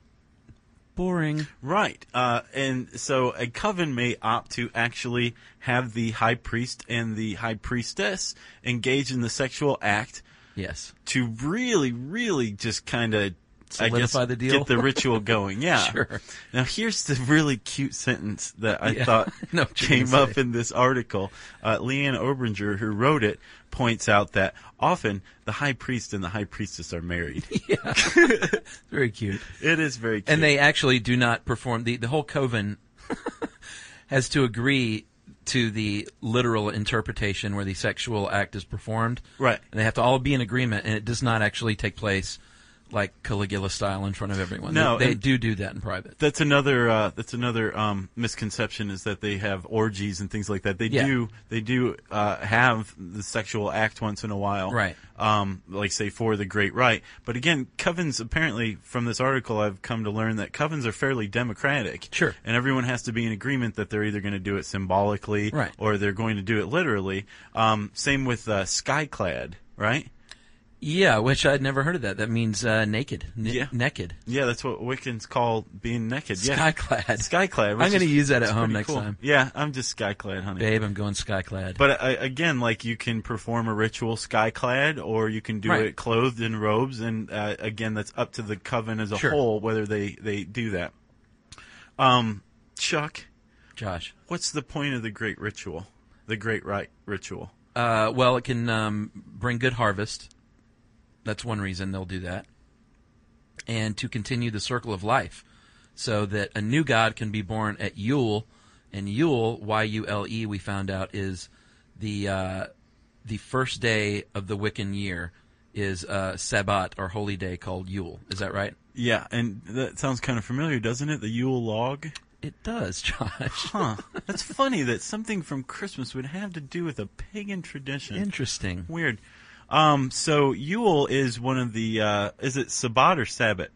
Speaker 3: Boring.
Speaker 2: Right. Uh, and so a coven may opt to actually have the high priest and the high priestess engage in the sexual act
Speaker 3: Yes.
Speaker 2: to really, really just kind of
Speaker 3: Solidify the deal?
Speaker 2: get the ritual going. Yeah.
Speaker 3: Sure.
Speaker 2: Now here's the really cute sentence that I
Speaker 3: Yeah.
Speaker 2: thought
Speaker 3: No, what you're
Speaker 2: came
Speaker 3: gonna
Speaker 2: up
Speaker 3: say.
Speaker 2: in this article. Uh, Leanne Obringer, who wrote it, points out that often the high priest and the high priestess are married.
Speaker 3: Very cute.
Speaker 2: it is very cute.
Speaker 3: And they actually do not perform the the whole coven has to agree to the literal interpretation where the sexual act is performed.
Speaker 2: Right.
Speaker 3: And they have to all be in agreement and it does not actually take place like Caligula style in front of everyone.
Speaker 2: No,
Speaker 3: They, they
Speaker 2: and-
Speaker 3: do do that in private.
Speaker 2: That's another. Uh, that's another um, misconception is that they have orgies and things like that. They
Speaker 3: Yeah.
Speaker 2: do. They do uh, have the sexual act once in a while,
Speaker 3: Right.
Speaker 2: Um, like say for the Great Right. But again, covens apparently from this article I've come to learn that covens are fairly democratic.
Speaker 3: Sure.
Speaker 2: And everyone has to be in agreement that they're either going to do it symbolically,
Speaker 3: Right.
Speaker 2: or they're going to do it literally. Um, same with uh, skyclad, right?
Speaker 3: Yeah, which I'd never heard of that. That means uh, naked. N-
Speaker 2: Yeah.
Speaker 3: Naked.
Speaker 2: Yeah, that's what Wiccans call being naked. yeah.
Speaker 3: Skyclad.
Speaker 2: Skyclad. which
Speaker 3: I'm going to
Speaker 2: is-
Speaker 3: use that at
Speaker 2: it's
Speaker 3: home
Speaker 2: pretty
Speaker 3: next
Speaker 2: cool.
Speaker 3: time.
Speaker 2: Yeah, I'm just skyclad, honey.
Speaker 3: Babe, I'm going skyclad.
Speaker 2: But uh, again, like you can perform a ritual skyclad, or you can do
Speaker 3: Right.
Speaker 2: it clothed in robes, and uh, again, that's up to the coven as a
Speaker 3: Sure.
Speaker 2: whole whether they they do that. Um, Chuck,
Speaker 3: Josh.
Speaker 2: what's the point of the great ritual? The great rite ritual.
Speaker 3: Uh, well, it can um, bring good harvest. That's one reason they'll do that. And to continue the circle of life so that a new god can be born at Yule. And Yule, Y U L E, we found out, is the, uh, the first day of the Wiccan year is uh, Sabbat or holy day called Yule. Is that right?
Speaker 2: Yeah, and that sounds kind of familiar, doesn't it? The Yule log.
Speaker 3: It does, Josh.
Speaker 2: Huh. that's funny that something from Christmas would have to do with a pagan tradition.
Speaker 3: Interesting.
Speaker 2: Weird. Um, so Yule is one of the uh, is it Sabbat or Sabbat?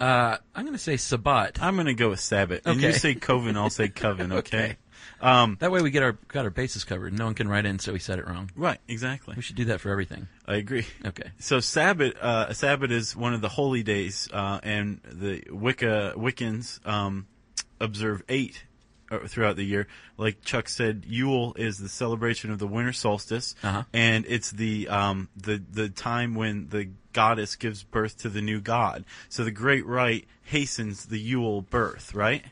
Speaker 3: Uh, I'm going to say Sabbat.
Speaker 2: I'm gonna go with Sabbath. And you
Speaker 3: Okay.
Speaker 2: say coven, I'll say coven. Okay.
Speaker 3: Okay. That way we get our got our bases covered. No one can write in, so we said it wrong.
Speaker 2: Right.
Speaker 3: We
Speaker 2: Exactly.
Speaker 3: should do that for everything.
Speaker 2: I agree.
Speaker 3: Okay.
Speaker 2: So Sabbath, uh, Sabbath is one of the holy days, uh, and the Wicca Wiccans um, observe eight uh, throughout the year. Like Chuck said, Yule is the celebration of the winter solstice,
Speaker 3: Uh-huh.
Speaker 2: and it's the um, the the time when the goddess gives birth to the new god. So the great rite hastens the Yule birth. Right.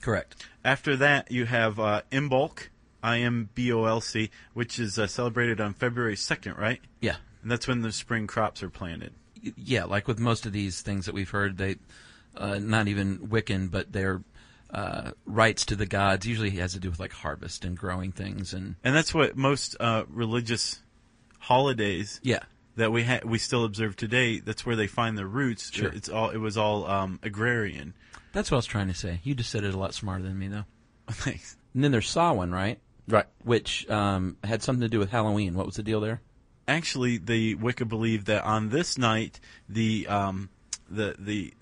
Speaker 3: Correct.
Speaker 2: After that, you have uh, Imbolc, I M B O L C, which is uh, celebrated on February 2nd, right?
Speaker 3: Yeah.
Speaker 2: And that's when the spring crops are planted.
Speaker 3: Y- Yeah, like with most of these things that we've heard, they uh, not even Wiccan, but they're uh, rites to the gods. Usually, it has to do with like harvest and growing things, and
Speaker 2: And that's what most uh, religious holidays
Speaker 3: yeah,
Speaker 2: that we ha- we still observe today. That's where they find their roots.
Speaker 3: Sure.
Speaker 2: It's all it was all um, agrarian.
Speaker 3: that's what I was trying to say. You just said it a lot smarter than me, though.
Speaker 2: Thanks.
Speaker 3: And then there's Samhain, right?
Speaker 4: Right.
Speaker 3: Which um, had something to do with Halloween. What was the deal there?
Speaker 2: Actually, the Wicca believed that on this night, the um, the the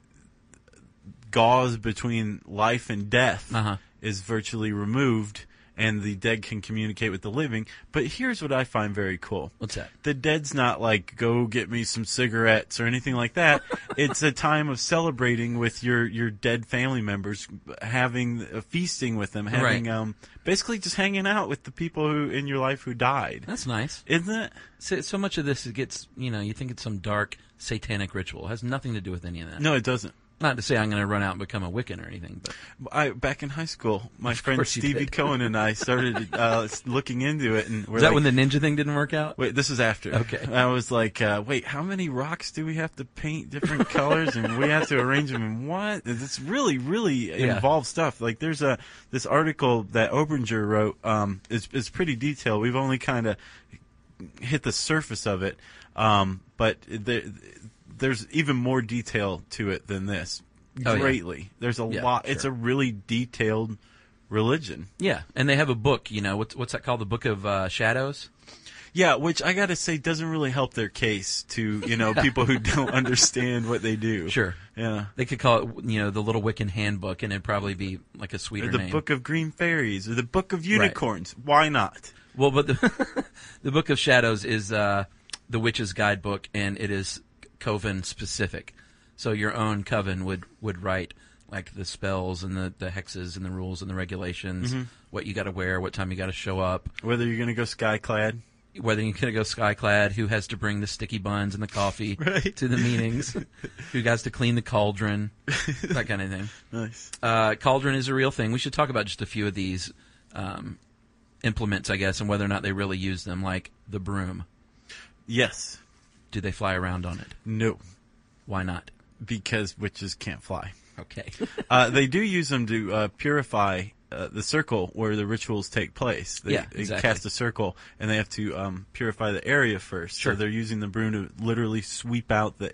Speaker 2: gauze between life and death
Speaker 3: Uh-huh.
Speaker 2: is virtually removed, and the dead can communicate with the living. But here's what I find very cool.
Speaker 3: What's that?
Speaker 2: the dead's not like go get me some cigarettes or anything like that. it's a time of celebrating with your your dead family members, having uh, feasting with them, having
Speaker 3: Right.
Speaker 2: um basically just hanging out with the people who in your life who died.
Speaker 3: That's nice.
Speaker 2: Isn't it?
Speaker 3: So, so much of this it gets, you know, you think it's some dark satanic ritual. It has nothing to do with any of that.
Speaker 2: No, it doesn't.
Speaker 3: Not to say I'm going to run out and become a Wiccan or anything, but
Speaker 2: I back in high school, my friend
Speaker 3: course you
Speaker 2: Stevie
Speaker 3: did.
Speaker 2: Cohen and I started uh, s- looking into it, and we're
Speaker 3: is that
Speaker 2: like,
Speaker 3: when the ninja thing didn't work out?
Speaker 2: Wait, this is after.
Speaker 3: Okay.
Speaker 2: I was like, uh, wait, how many rocks do we have to paint different colors and we have to arrange them in what? It's really, really
Speaker 3: Yeah.
Speaker 2: involved stuff. Like there's a, this article that Obringer wrote, um, is, is pretty detailed. We've only kind of hit the surface of it. Um, but there, there's even more detail to it than this.
Speaker 3: Oh, yeah.
Speaker 2: Greatly. There's a
Speaker 3: Yeah,
Speaker 2: lot. It's a
Speaker 3: sure.
Speaker 2: really detailed religion.
Speaker 3: Yeah, and they have a book. You know, what's what's that called? The Book of uh, Shadows.
Speaker 2: Yeah, which I gotta say doesn't really help their case to you know people who don't understand what they do.
Speaker 3: Sure.
Speaker 2: Yeah.
Speaker 3: They could call it, you know, the Little Wiccan Handbook, and it'd probably be like a
Speaker 2: Or
Speaker 3: sweeter
Speaker 2: the
Speaker 3: name.
Speaker 2: Book of Green Fairies, or the Book of Unicorns. Why not?
Speaker 3: Well, but the, the Book of Shadows is uh, the witch's guidebook, and it is coven specific. So your own coven would would write like the spells and the, the hexes and the rules and the regulations,
Speaker 2: Mm-hmm.
Speaker 3: what you got to wear, what time you got to show up,
Speaker 2: Whether you're gonna go skyclad.
Speaker 3: whether you're going to go sky clad, who has to bring the sticky buns and the coffee
Speaker 2: Right.
Speaker 3: to the meetings, who has to clean the cauldron, that kind of thing.
Speaker 2: Nice.
Speaker 3: Uh, cauldron is a real thing. We should talk about just a few of these um, implements, I guess, and whether or not they really use them, like the broom.
Speaker 2: Yes.
Speaker 3: Do they fly around on it?
Speaker 2: No.
Speaker 3: Why not?
Speaker 2: Because witches can't fly.
Speaker 3: Okay.
Speaker 2: Uh, they do use them to uh, purify uh, the circle where the rituals take place. They,
Speaker 3: Yeah,
Speaker 2: they
Speaker 3: exactly.
Speaker 2: cast a circle, and they have to um, purify the area first.
Speaker 3: Sure.
Speaker 2: So they're using the broom to literally sweep out the.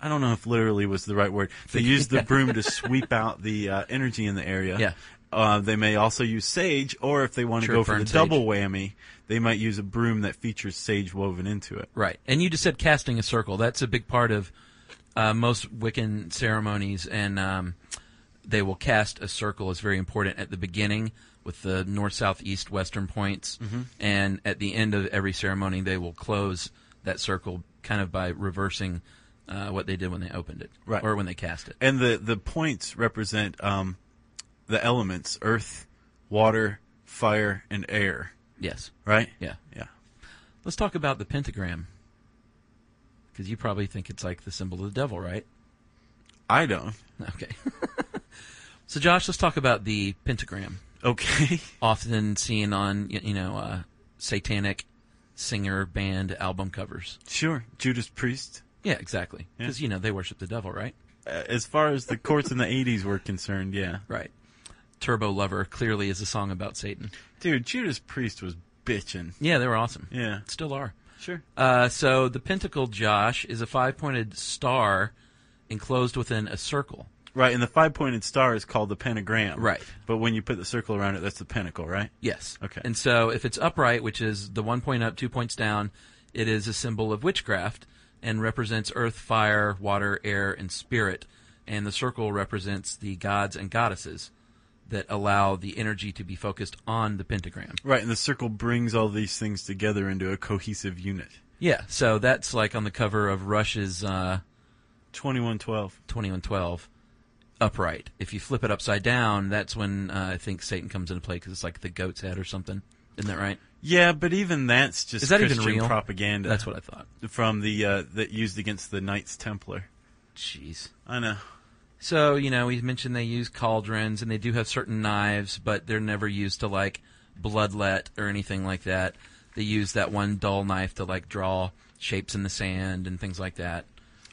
Speaker 2: I don't know if literally was the right word. They use the broom to sweep out the uh, energy in the area.
Speaker 3: Yeah.
Speaker 2: Uh, they may also use sage, or if they want to
Speaker 3: Sure,
Speaker 2: go for
Speaker 3: burn
Speaker 2: the
Speaker 3: sage.
Speaker 2: double whammy, they might use a broom that features sage woven into it.
Speaker 3: right. And you just said casting a circle. That's a big part of uh, most Wiccan ceremonies, and um, they will cast a circle. is very important at the beginning with the north, south, east, western points, and at the end of every ceremony, they will close that circle kind of by reversing uh, what they did when they opened it,
Speaker 2: Right.
Speaker 3: or when they cast it.
Speaker 2: And the, the points represent um, the elements earth, water, fire, and air.
Speaker 3: Yes.
Speaker 2: Right?
Speaker 3: Yeah.
Speaker 2: Yeah.
Speaker 3: Let's talk about the pentagram. Because you probably think it's like the symbol of the devil, right?
Speaker 2: I don't.
Speaker 3: Okay. so, Josh, let's talk about the pentagram,
Speaker 2: Okay.
Speaker 3: often seen on y- you know uh, satanic singer band album covers.
Speaker 2: Sure. Judas Priest.
Speaker 3: Yeah, exactly. Because you know they worship the devil, right?
Speaker 2: Uh, As far as the courts in the 80s were concerned, yeah.
Speaker 3: Right. Turbo Lover clearly is a song about Satan.
Speaker 2: Dude, Judas Priest was bitching.
Speaker 3: Yeah, they were awesome.
Speaker 2: Yeah.
Speaker 3: Still are.
Speaker 2: Sure.
Speaker 3: Uh, so the pentacle, Josh, is a five-pointed star enclosed within a circle.
Speaker 2: Right, and the five pointed star is called the pentagram.
Speaker 3: Right.
Speaker 2: But when you put the circle around it, that's the pentacle, right?
Speaker 3: Yes.
Speaker 2: Okay.
Speaker 3: And so if it's upright, which is the one point up, two points down, it is a symbol of witchcraft and represents earth, fire, water, air, and spirit. And the circle represents the gods and goddesses that allow the energy to be focused on the pentagram.
Speaker 2: Right, and the circle brings all these things together into a cohesive unit.
Speaker 3: Yeah. So that's like on the cover of Rush's uh,
Speaker 2: 2112.
Speaker 3: 2112 upright. If you flip it upside down, that's when uh, I think Satan comes into play because it's like the goat's head or something. Isn't that right?
Speaker 2: Yeah, but even that's just
Speaker 3: Is that
Speaker 2: Christian
Speaker 3: even real?
Speaker 2: propaganda.
Speaker 3: That's what I thought.
Speaker 2: from the uh, that used against the Knights Templar.
Speaker 3: Jeez.
Speaker 2: I know.
Speaker 3: So, you know, we mentioned they use cauldrons and they do have certain knives, but they're never used to like bloodlet or anything like that. They use that one dull knife to like draw shapes in the sand and things like that,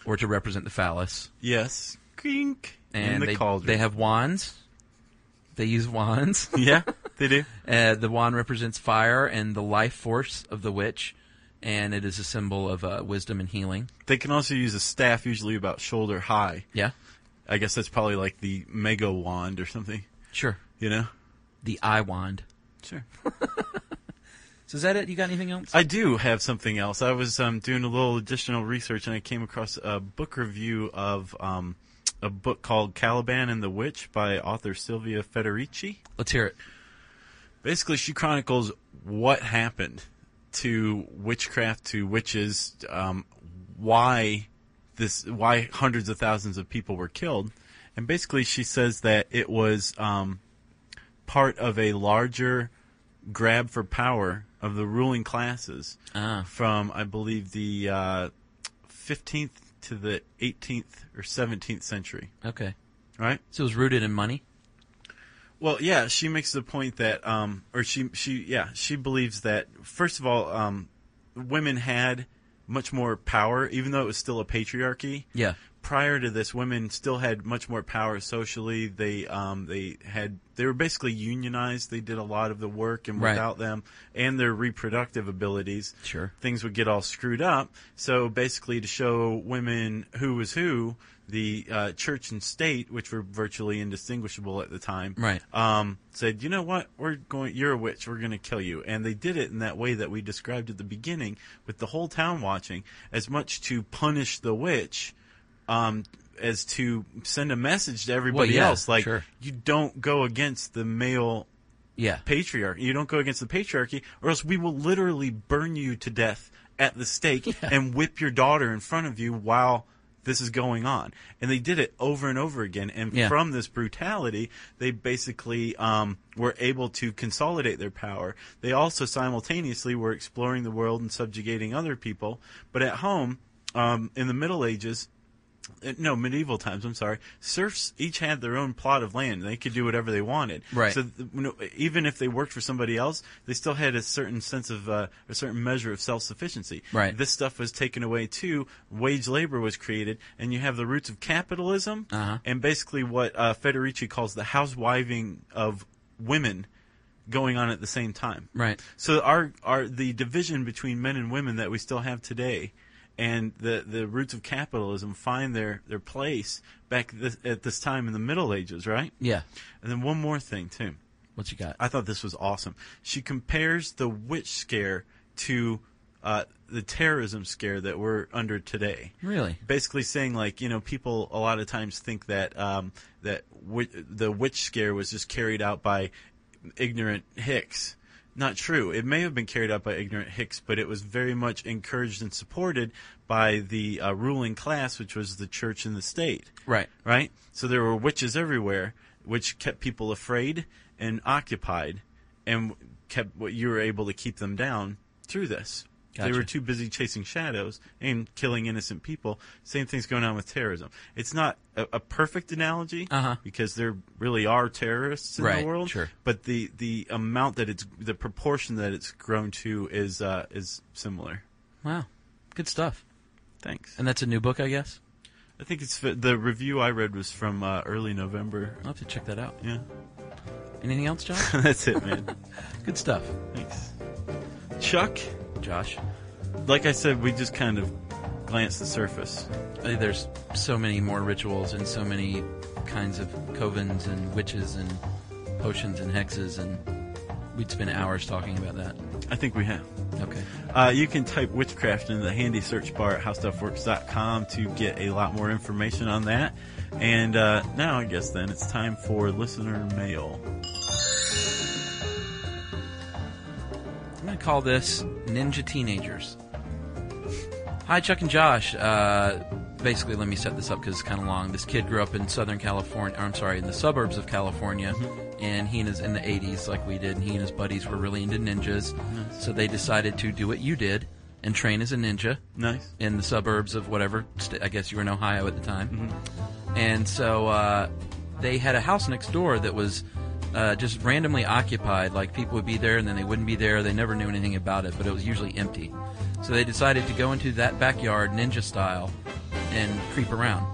Speaker 3: or to represent the phallus.
Speaker 2: Yes. Kink.
Speaker 3: And
Speaker 2: in the
Speaker 3: they,
Speaker 2: cauldron.
Speaker 3: they have wands. They use wands.
Speaker 2: Yeah, they do.
Speaker 3: Uh, the wand represents fire and the life force of the witch, and it is a symbol of uh, wisdom and healing.
Speaker 2: They can also use a staff, usually about shoulder high.
Speaker 3: Yeah,
Speaker 2: I guess that's probably like the mega wand or something.
Speaker 3: sure.
Speaker 2: You know?
Speaker 3: The eye wand.
Speaker 2: Sure.
Speaker 3: So is that it? You got anything else?
Speaker 2: I do have something else. I was um, doing a little additional research and I came across a book review of um, a book called Caliban and the Witch by author Silvia Federici.
Speaker 3: Let's hear it.
Speaker 2: Basically, she chronicles what happened to witchcraft, to witches, um, why this, why hundreds of thousands of people were killed, and basically she says that it was um, part of a larger grab for power of the ruling classes
Speaker 3: Ah.
Speaker 2: from, I believe, the uh, 15th to the 18th or 17th century,
Speaker 3: Okay.
Speaker 2: right?
Speaker 3: So it was rooted in money.
Speaker 2: Well, yeah, she makes the point that, um, or she, she, yeah, she believes that first of all, um, women had much more power, even though it was still a patriarchy.
Speaker 3: Yeah.
Speaker 2: Prior to this, women still had much more power socially. They, um, they had, they were basically unionized. They did a lot of the work, and
Speaker 3: Right.
Speaker 2: without them and their reproductive abilities,
Speaker 3: Sure.
Speaker 2: things would get all screwed up. So basically, to show women who was who, the uh, church and state, which were virtually indistinguishable at the time,
Speaker 3: Right.
Speaker 2: um, said, "You know what? We're going. You're a witch. We're going to kill you." And they did it in that way that we described at the beginning, with the whole town watching, as much to punish the witch, um, as to send a message to everybody
Speaker 3: yeah,
Speaker 2: else, like
Speaker 3: sure.
Speaker 2: you don't go against the male
Speaker 3: Yeah.
Speaker 2: patriarchy. You don't go against the patriarchy, or else we will literally burn you to death at the stake and whip your daughter in front of you while this is going on. And they did it over and over again. And
Speaker 3: Yeah.
Speaker 2: from this brutality, they basically um, were able to consolidate their power. They also simultaneously were exploring the world and subjugating other people. But at home, um, in the Middle Ages, uh, no medieval times i'm sorry serfs each had their own plot of land they could do whatever they wanted
Speaker 3: Right.
Speaker 2: so th- you know, even if they worked for somebody else they still had a certain sense of uh, a certain measure of self-sufficiency
Speaker 3: Right.
Speaker 2: this stuff was taken away too wage labor was created and you have the roots of capitalism
Speaker 3: Uh-huh.
Speaker 2: and basically what uh, federici calls the housewiving of women going on at the same time
Speaker 3: Right.
Speaker 2: so our our the division between men and women that we still have today, and the the roots of capitalism find their their place back this, at this time in the Middle Ages, right?
Speaker 3: Yeah.
Speaker 2: And then one more thing too.
Speaker 3: What you got?
Speaker 2: I thought this was awesome. She compares the witch scare to uh, the terrorism scare that we're under today
Speaker 3: really?
Speaker 2: basically saying like you know people a lot of times think that um, that wi- the witch scare was just carried out by ignorant hicks. Not true. It may have been carried out by ignorant hicks, but it was very much encouraged and supported by the uh, ruling class, which was the church and the state
Speaker 3: Right.
Speaker 2: right? So there were witches everywhere, which kept people afraid and occupied, and kept what you were able to keep them down through this. They
Speaker 3: Gotcha.
Speaker 2: were too busy chasing shadows and killing innocent people. Same thing's going on with terrorism. It's not a, a perfect analogy
Speaker 3: Uh-huh.
Speaker 2: because there really are terrorists in
Speaker 3: Right,
Speaker 2: the world.
Speaker 3: sure.
Speaker 2: But the, the amount that it's the proportion that it's grown to is uh, is similar.
Speaker 3: Wow. Good stuff.
Speaker 2: Thanks.
Speaker 3: And that's a new book, I guess.
Speaker 2: I think it's the review I read was from uh, early November.
Speaker 3: I'll have to check that out.
Speaker 2: Yeah,
Speaker 3: Anything else, John?
Speaker 2: that's it, man.
Speaker 3: Good stuff,
Speaker 2: Thanks. Chuck,
Speaker 3: Josh.
Speaker 2: like I said, we just kind of glanced the surface.
Speaker 3: I think There's so many more rituals and so many kinds of covens and witches and potions and hexes, and we'd spend hours talking about that.
Speaker 2: I think we have.
Speaker 3: Okay.
Speaker 2: Uh, you can type witchcraft in the handy search bar at howstuffworks.com to get a lot more information on that. And uh, now I guess then it's time for listener mail.
Speaker 3: I'm going to call this Ninja Teenagers. Hi, Chuck and Josh. Uh, basically, let me set this up because it's kind of long. This kid grew up in Southern California, or I'm sorry, in the suburbs of California, and he and his in the 80s, like we did. And he and his buddies were really into ninjas, so they decided to do what you did and train as a ninja
Speaker 2: Nice.
Speaker 3: in the suburbs of whatever. St- I guess you were in Ohio at the time, and so uh, they had a house next door that was uh, just randomly occupied. Like people would be there, and then they wouldn't be there. They never knew anything about it, but it was usually empty. So they decided to go into that backyard ninja style and creep around.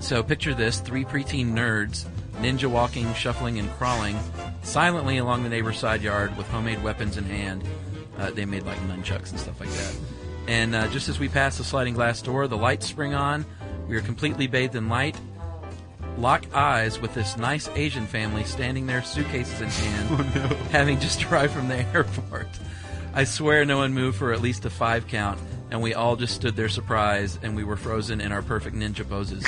Speaker 3: So picture this: three preteen nerds ninja walking, shuffling, and crawling silently along the neighbor's side yard with homemade weapons in hand. Uh, they made like nunchucks and stuff like that. And uh, just as we passed the sliding glass door, the lights spring on. We are completely bathed in light. Lock eyes with this nice Asian family standing there, suitcases in hand, having just arrived from the airport. I swear no one moved for at least a five count, and we all just stood there surprised, and we were frozen in our perfect ninja poses.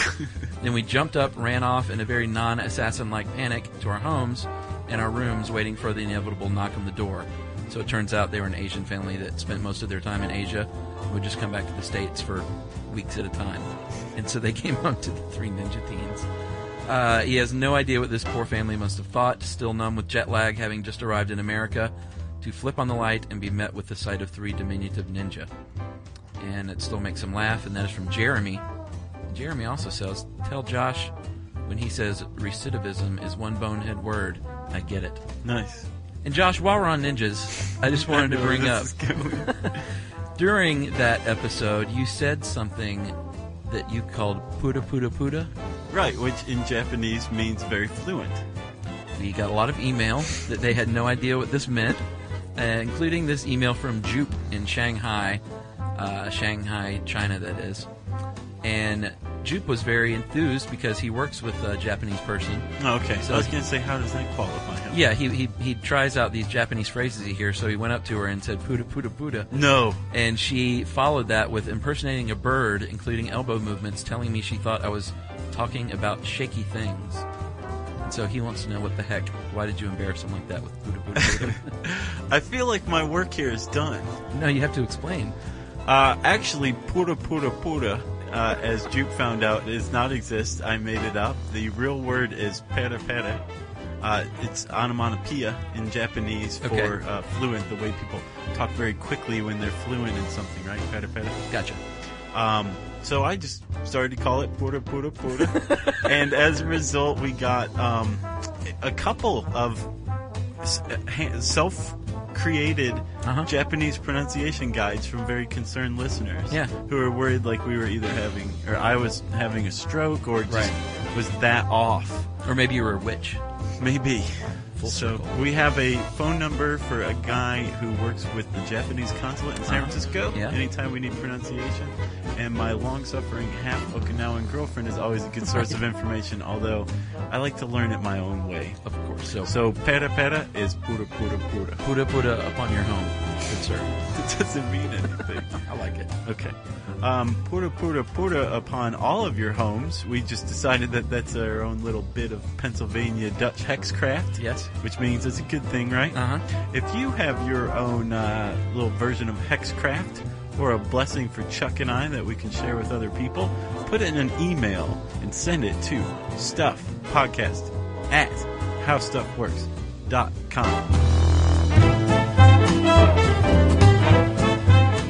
Speaker 3: then we jumped up, ran off in a very non assassin like panic to our homes and our rooms, waiting for the inevitable knock on the door. So it turns out they were an Asian family that spent most of their time in Asia and would just come back to the States for weeks at a time. And so they came home to the three ninja teens. Uh, he has no idea what this poor family must have thought, still numb with jet lag, having just arrived in America, to flip on the light and be met with the sight of three diminutive ninja. And it still makes him laugh, and that is from Jeremy. Jeremy also says, Tell Josh when he says recidivism is one bonehead word, I get it.
Speaker 2: Nice.
Speaker 3: And Josh, while we're on ninjas, I just wanted to
Speaker 2: No,
Speaker 3: bring
Speaker 2: this
Speaker 3: up
Speaker 2: is going-
Speaker 3: during that episode, you said something that you called puta puta puta.
Speaker 2: right, which in Japanese means very fluent.
Speaker 3: We got a lot of email that they had no idea what this meant, uh, including this email from Jupe in Shanghai, uh, Shanghai, China, that is. And Jupe was very enthused because he works with a Japanese person.
Speaker 2: Okay, so I was
Speaker 3: So-
Speaker 2: going to say, how does that qualify him?
Speaker 3: Yeah, he, he, he tries out these Japanese phrases he hears, so he went up to her and said, puta puta puta.
Speaker 2: No.
Speaker 3: and she followed that with impersonating a bird, including elbow movements, telling me she thought I was talking about shaky things. And so he wants to know what the heck. Why did you embarrass him like that with Buddha Buddha?
Speaker 2: I feel like my work here is done.
Speaker 3: Buddha? no, you have to explain.
Speaker 2: Uh, actually, Pura Pura Pura, uh, as Juke found out, does not exist. I made it up. The real word is Pera Pera. Uh, it's onomatopoeia in Japanese
Speaker 3: Okay.
Speaker 2: for uh, fluent, the way people talk very quickly when they're fluent in something, right? Pera Pera.
Speaker 3: Gotcha.
Speaker 2: Um, so I just started to call it Pura Pura Pura. and as a result, we got um, a couple of s- uh, ha- self created
Speaker 3: Uh-huh.
Speaker 2: Japanese pronunciation guides from very concerned listeners
Speaker 3: Yeah.
Speaker 2: who were worried like we were either having, or I was having a stroke or just
Speaker 3: Right.
Speaker 2: was that off.
Speaker 3: Or maybe you were a witch.
Speaker 2: Maybe.
Speaker 3: Full
Speaker 2: so
Speaker 3: circle.
Speaker 2: we have a phone number for a guy who works with the Japanese consulate in San
Speaker 3: Uh-huh.
Speaker 2: Francisco.
Speaker 3: Yeah.
Speaker 2: Anytime we need pronunciation, and my long-suffering half Okinawan girlfriend is always a good source of information. Although I like to learn it my own way.
Speaker 3: Of course. So,
Speaker 2: So pera pera is pura pura pura.
Speaker 3: Buddha Buddha upon your home. Good sir.
Speaker 2: It doesn't mean anything.
Speaker 3: I like it.
Speaker 2: Okay. Um, pura pura pura upon all of your homes. We just decided that that's our own little bit of Pennsylvania Dutch hexcraft.
Speaker 3: Yes.
Speaker 2: Which means it's a good thing, right?
Speaker 3: Uh huh.
Speaker 2: If you have your own uh, little version of Hexcraft or a blessing for Chuck and I that we can share with other people, put it in an email and send it to stuffpodcast at howstuffworks.com.